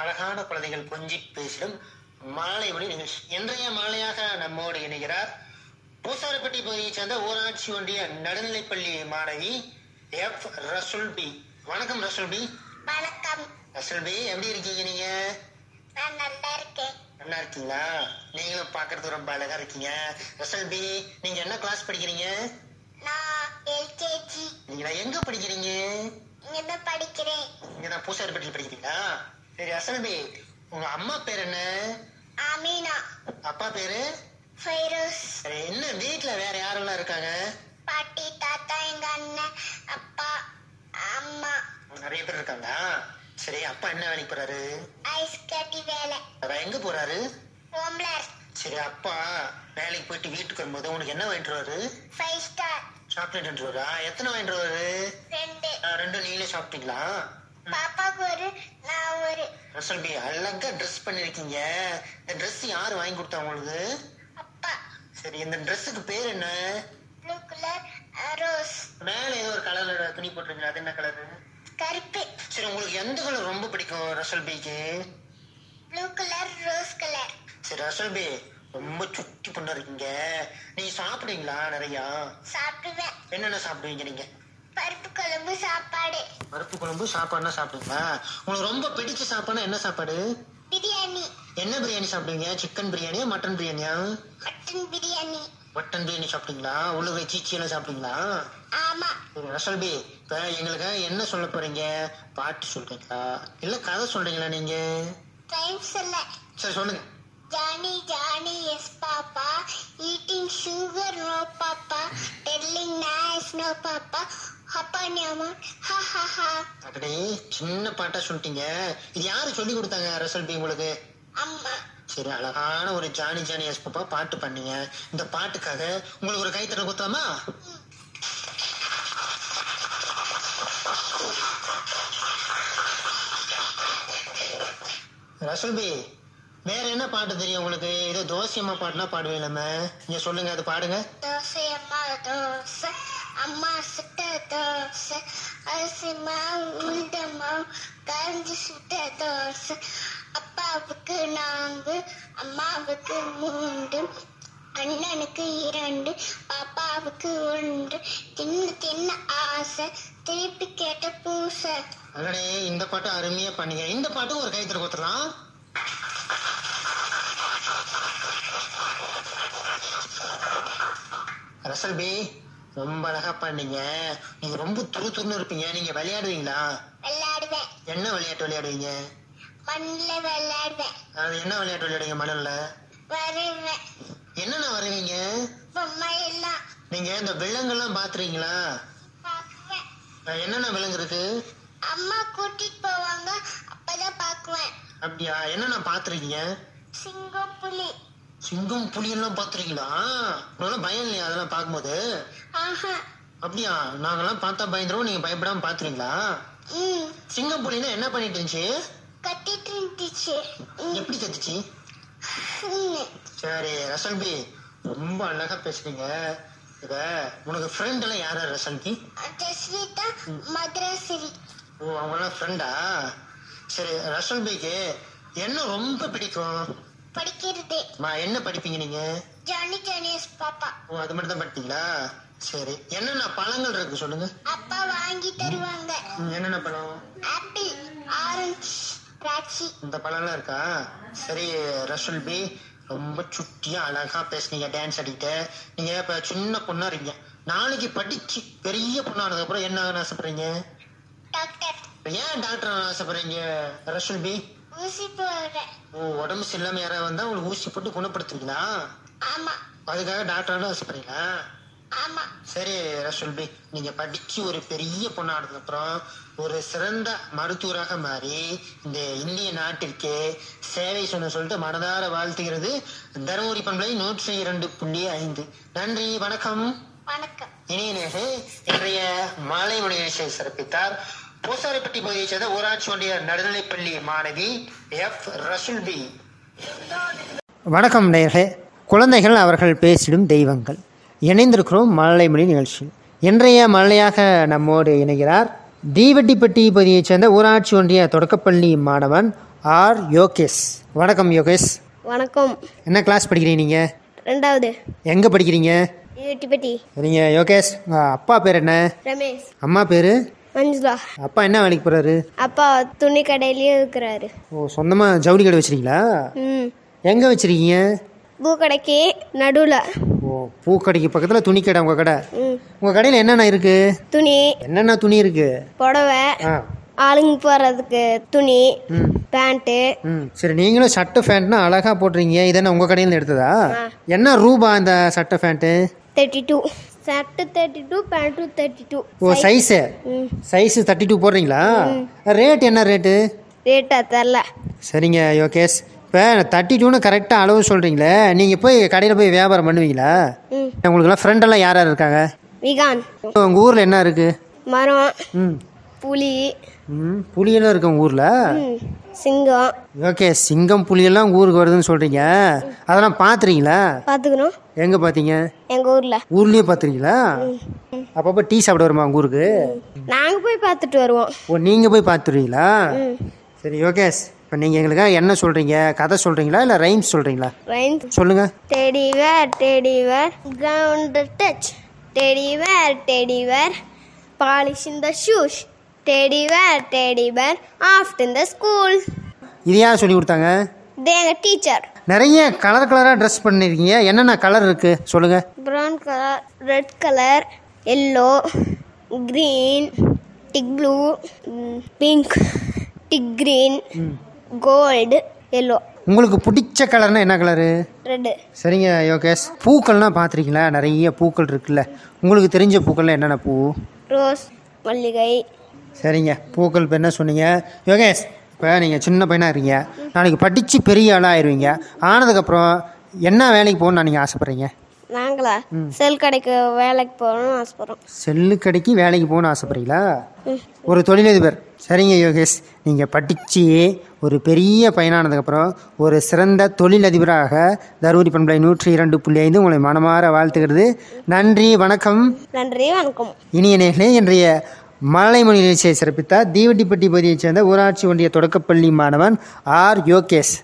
அழகான குழந்தைகள் கொஞ்சி பேசிடும் மாலை மொழி நிகழ்ச்சி இன்றைய மாலையாக நம்மோடு இணைகிறார் பூசாரப்பட்டி பகுதியைச் சேர்ந்த ஊராட்சி ஒன்றிய நடுநிலைப்பள்ளி மாணவி எஃப் ரசுல் பி வணக்கம் ரசுல் பி வணக்கம் ரசுல் பி எப்படி இருக்கீங்க நீங்க நான் நல்லா இருக்கேன் நல்லா இருக்கீங்களா நீங்களும் பார்க்கறதுக்கு ரொம்ப அழகா இருக்கீங்க ரசுல் பி நீங்க என்ன கிளாஸ் படிக்கிறீங்க நான் எல்கேஜி நீங்க எங்க படிக்கிறீங்க இங்கே தான் படிக்கிறேன் நீங்க தான் பூசாரிப்பட்டியில் படிக்கிறீங்களா சரி ரசல்பி உங்க அம்மா பேர் என்ன அமீனா அப்பா பேரு ஃபைரோஸ் சரி என்ன வீட்ல வேற யாரெல்லாம் இருக்காங்க பாட்டி தாத்தா எங்க அண்ணன் அப்பா அம்மா நிறைய பேர் இருக்காங்களா சரி அப்பா என்ன வேலைக்கு போறாரு ஐஸ் கட்டி வேலை அவர் எங்க போறாரு ஓம்லர் சரி அப்பா வேலைக்கு போயிட்டு வீட்டுக்கு வரும்போது உனக்கு என்ன வாங்கிட்டு வருவாரு ஃபைவ் ஸ்டார் சாக்லேட் வாங்கிட்டு வருவா எத்தனை வாங்கிட்டு வருவாரு ரெண்டு ஆஹ், ரெண்டும் நீங்களே சாப்பிட்டீங்களா பாப்பாவுக்கு ஒரு நான் ஒரு ரசல்பி அழகா ட்ரெஸ் பண்ணிருக்கீங்க இந்த ட்ரெஸ் யார் வாங்கி கொடுத்தா உங்களுக்கு அப்பா சரி இந்த ட்ரெஸ்ஸுக்கு பேர் என்ன ப்ளூ கலர் ரோஸ் மேல ஏதோ ஒரு கலர்ல துணி போட்டிருக்கீங்க அது என்ன கலரு கருப்பு சரி உங்களுக்கு எந்த கலர் ரொம்ப பிடிக்கும் ரசல் பிக்கு ப்ளூ கலர் ரோஸ் கலர் சரி ரசல் பி ரொம்ப சுட்டி பொண்ணு இருக்கீங்க நீங்க சாப்பிடுவீங்களா நிறையா சாப்பிடுவேன் என்னென்ன சாப்பிடுவீங்க நீங்க பருப்பு குழம்பு சாப்பாடு பருப்பு குழம்பு சாப்பாடுனா சாப்பிடுவீங்களா உங்களுக்கு ரொம்ப பிடிச்ச சாப்பாடுனா என்ன சாப்பாடு பிரியாணி என்ன பிரியாணி சாப்பிடுவீங்க சிக்கன் பிரியாணியா மட்டன் பிரியாணியா mutton biryani mutton mutton biryani சாப்பிடுவீங்களா உழுவை சீச்சியெல்லாம் சாப்பிடுவீங்களா ஆமா சரி, ரசல் பி இப்ப எங்களுக்கு என்ன சொல்ல போறீங்க பாட்டு சொல்றீங்களா இல்ல கதை சொல்றீங்களா நீங்க டைம் சொல்ல சரி சொல்லுங்க Johny Johny yes papa eating sugar no papa telling nice no papa ஹப்பா ஞாமா ஹா ஹா ஹா அப்படி சின்ன பாட்டா சொல்லிட்டீங்க இது யாரு சொல்லி கொடுத்தாங்க ரசல் பி உங்களுக்கு அம்மா சரி அழகான ஒரு ஜானி ஜானி எஸ் பாப்பா பாட்டு பண்ணீங்க இந்த பாட்டுக்காக உங்களுக்கு ஒரு கைத்தட்ட கொடுத்தலாமா ரசல் பி வேற என்ன பாட்டு தெரியும் உங்களுக்கு ஏதோ தோசியம்மா பாட்டுலாம் பாடுவேன் இல்லாம நீங்க சொல்லுங்க அது பாடுங்க தோசை அம்மா தோசை அம்மா சுட்ட தோசை அரிசி மாவு உளுந்த மாவு கரைஞ்சி சுட்ட தோசை அப்பாவுக்கு நான்கு அம்மாவுக்கு மூன்று அண்ணனுக்கு இரண்டு பாப்பாவுக்கு ஒன்று தின்னு தின்னு ஆசை திருப்பி கேட்ட பூசை அடடே இந்த பாட்டு அருமையா பண்ணீங்க இந்த பாட்டு ஒரு கைத்தட்ட கொடுத்துடலாம் ரசல் பி ரொம்ப அழகா பண்ணீங்க நீங்க ரொம்ப துரு துருன்னு இருப்பீங்க நீங்க விளையாடுவீங்களா விளையாடுவேன் என்ன விளையாட்டு விளையாடுவீங்க மண்ணில் விளையாடுவேன் அது என்ன விளையாட்டு விளையாடுவீங்க மணல்ல வருவேன் என்னென்ன வருவீங்க பொம்மையெல்லாம் நீங்க இந்த விலங்கெல்லாம் பாத்துறீங்களா பார்க்குவேன் அஹ் என்னென்ன விலங்கு இருக்கு அம்மா கூட்டிட்டு போவாங்க அப்பதான் பாக்குவேன் அப்படியா என்னென்ன பாத்துருக்கீங்க சிங்கம் புலி சிங்கம் புலியெல்லாம் பாத்துருக்கீங்களா உங்களுக்கு பயம் இல்லையா அதெல்லாம் பார்க்கும்போது ஆஹா அப்படியா நாங்கெல்லாம் பார்த்தா பயந்துருவோம் நீங்க பயப்படாம பாத்துறீங்களா ம் சிங்கப்பூர்ல என்ன பண்ணிட்டு இருந்துச்சு கத்திட்டு இருந்துச்சு ம், எப்படி கத்துச்சு ம். சரி ரசல்பி ரொம்ப அழகா பேசுறீங்க இத உனக்கு ஃப்ரெண்ட் எல்லாம் யாரா ரசல்பி ஜஸ்விதா மதுரசிரி ஓ அவங்க எல்லாம் ஃப்ரெண்டா சரி ரசல்பிக்கு என்ன ரொம்ப பிடிக்கும் படிக்கிறது மா என்ன படிப்பீங்க நீங்க ஜானி ஜானியஸ் பாப்பா ஓ அது மட்டும் தான் படிப்பீங்களா சரி என்னென்ன பழங்கள் இருக்கு சொல்லுங்க அப்பா வாங்கி தருவாங்க ம், என்னென்ன பழம் ஆப்பிள் ஆரஞ்சு திராட்சை இந்த பழம்லாம் இருக்கா சரி ரசூல் பி ரொம்ப சுட்டியா அழகா பேசுனீங்க டான்ஸ் ஆடிட்டு நீங்க இப்ப சின்ன பொண்ணா இருக்கீங்க நாளைக்கு படிச்சு பெரிய பொண்ணானதுக்கு அப்புறம் என்ன ஆகணும்னு ஆசைப்படுறீங்க டாக்டர் ஏன் டாக்டர் ஆசைப்படுறீங்க ரசூல் பி ஊசி போடுறேன் ஓ, உடம்பு சரியில்லாம யாராவது வந்தா உங்களுக்கு ஊசி போட்டு குணப்படுத்துவீங்களா ஆமா அதுக்காக டாக்டர் ஆசைப்படுறீங்களா ஆமா சரி ரசூல் பி நீங்க படிச்சு ஒரு பெரிய பொண்ணானதுக்கு அப்புறம் ஒரு சிறந்த மருத்துவராக மாறி இந்த இந்திய நாட்டிற்கு சேவை சொன்ன சொல்லிட்டு மனதார வாழ்த்துகிறது தருமபுரி பண்பலை நூற்றி இரண்டு புள்ளி ஐந்து நன்றி வணக்கம் வணக்கம் இனிய நேரே இன்றைய மாலை மணி நிகழ்ச்சியை சிறப்பித்தார் பூசாரிப்பட்டி பகுதியைச் சேர்ந்த ஊராட்சி ஒன்றிய நடுநிலைப்பள்ளி மாணவி எஃப் ரசூல் பி வணக்கம் நேயர்களே குழந்தைகள் அவர்கள் பேசிடும் தெய்வங்கள் இணைந்திருக்கிறோம் மழலை மொழி நிகழ்ச்சி இன்றைய மழையாக நம்மோடு இணைகிறார் தீவெட்டிப்பட்டி பகுதியைச் சேர்ந்த ஊராட்சி ஒன்றிய தொடக்கப்பள்ளி மாணவன் ஆர் யோகேஷ் வணக்கம் யோகேஷ் வணக்கம் என்ன கிளாஸ் படிக்கிறீங்க நீங்கள் ரெண்டாவது எங்கே படிக்கிறீங்க ஈட்டிப்பட்டி சரிங்க யோகேஷ் உங்கள் அப்பா பேர் என்ன ரமேஷ் அம்மா பேர் மஞ்சுளா அப்பா என்ன வேலைக்கு போகிறாரு அப்பா துணி கடையிலேயே இருக்கிறாரு ஓ சொந்தமாக ஜவுளி கடை வச்சுருக்கீங்களா ம் எங்கே வச்சுருக்கீங்க பூ கடைக்கு நடுவில் ஓ பூக்கடைக்கு பக்கத்தில் துணி கடை உங்கள் கடை ம் உங்கள் கடையில் என்னென்ன இருக்குது துணி என்னென்ன துணி இருக்குது புடவை ஆ ஆளுங்க போகிறதுக்கு துணி ம் பேண்ட்டு ம் சரி நீங்களும் சட்டை ஃபேண்ட்னா அழகாக போடுறீங்க இதென்ன உங்கள் கடையில் எடுத்ததா ஆ. என்ன ரூபா அந்த சட்டை pant thirty two shirt thirty two pant thirty two oh size ம் சைஸு தேர்ட்டி டூ போடுறீங்களா ரேட் என்ன ரேட்டு ரேட்டா தெரில சரிங்க யோகேஷ் இப்போ தேர்ட்டி டூன்னு கரெக்டாக அளவு சொல்கிறீங்களே நீங்கள் போய் கடையில் போய் வியாபாரம் பண்ணுவீங்களா ம் உங்களுக்குலாம் ஃப்ரெண்டெல்லாம் யார் யார் இருக்காங்க விகான் உங்கள் ஊரில் என்ன இருக்குது மரம் ம் புலி ம் புலியெல்லாம் இருக்கு உங்கள் ஊரில் ம் சிங்கம் ஓகே சிங்கம் புலியெல்லாம் உங்கள் ஊருக்கு வருதுன்னு சொல்கிறீங்க அதெல்லாம் பார்த்துறீங்களா பார்த்துக்கணும் எங்கே பார்த்தீங்க எங்கள் ஊரில் ஊர்லயே பாத்துறீங்களா அப்பப்போ டீ சாப்பிட வருமா உங்க ஊருக்கு நாங்கள் போய் பார்த்துட்டு வருவோம் ஓ நீங்க போய் பார்த்துருவீங்களா ம் சரி யோகேஷ் இப்போ நீங்க எங்களுக்காக என்ன சொல்றீங்க கதை சொல்றீங்களா இல்ல ரைம்ஸ் சொல்றீங்களா ரைன் சொல்லுங்க teddy bear teddy bear ground touch teddy bear teddy bear polish in the shoes teddy bear teddy bear off in the school இது யார் சொல்லி கொடுத்தாங்க இது எங்கள் டீச்சர் நிறைய கலர் கலராக ட்ரெஸ் பண்ணிருக்கீங்க என்னென்ன கலர் இருக்கு சொல்லுங்க brown colour red colour yellow green tick blue mm, pink tick green gold yellow உங்களுக்கு பிடிச்ச கலர்னா என்ன கலரு ரெட்டு சரிங்க யோகேஷ் பூக்கள்லாம் பார்த்துருக்கீங்களா நிறைய பூக்கள் இருக்குல்ல உங்களுக்கு தெரிஞ்ச பூக்கள்லாம் என்னென்ன பூ ரோஸ் மல்லிகை சரிங்க பூக்கள் இப்போ என்ன சொன்னீங்க யோகேஷ் இப்போ நீங்கள் சின்ன பையனாக இருக்கீங்க நாளைக்கு படித்து பெரிய ஆளாக ஆயிடுவீங்க ஆனதுக்கப்புறம் என்ன வேலைக்கு போகணும்னு நீங்கள் ஆசைப்பட்றீங்க நாங்களா செல் கடைக்கு வேலைக்கு போகணும்னு ஆசைப்பட்றோம் செல்லு கடைக்கு வேலைக்கு போகணும்னு ஆசைப்பட்றீங்களா ஒரு தொழிலதிபர் சரிங்க யோகேஷ் நீங்கள் படித்து ஒரு பெரிய பையனானதுக்கப்புறம் ஒரு சிறந்த தொழிலதிபராக தருமபுரி பண்பலை நூற்றி இரண்டு புள்ளி ஐந்து உங்களை மனமாற வாழ்த்துகிறது நன்றி வணக்கம் நன்றி வணக்கம் இனிய நேர்களே இன்றைய மலைமொழி நிகழ்ச்சியை சிறப்பித்தார் தீவட்டிப்பட்டி பகுதியைச் சேர்ந்த ஊராட்சி ஒன்றிய தொடக்கப்பள்ளி மாணவன் ஆர் யோகேஷ்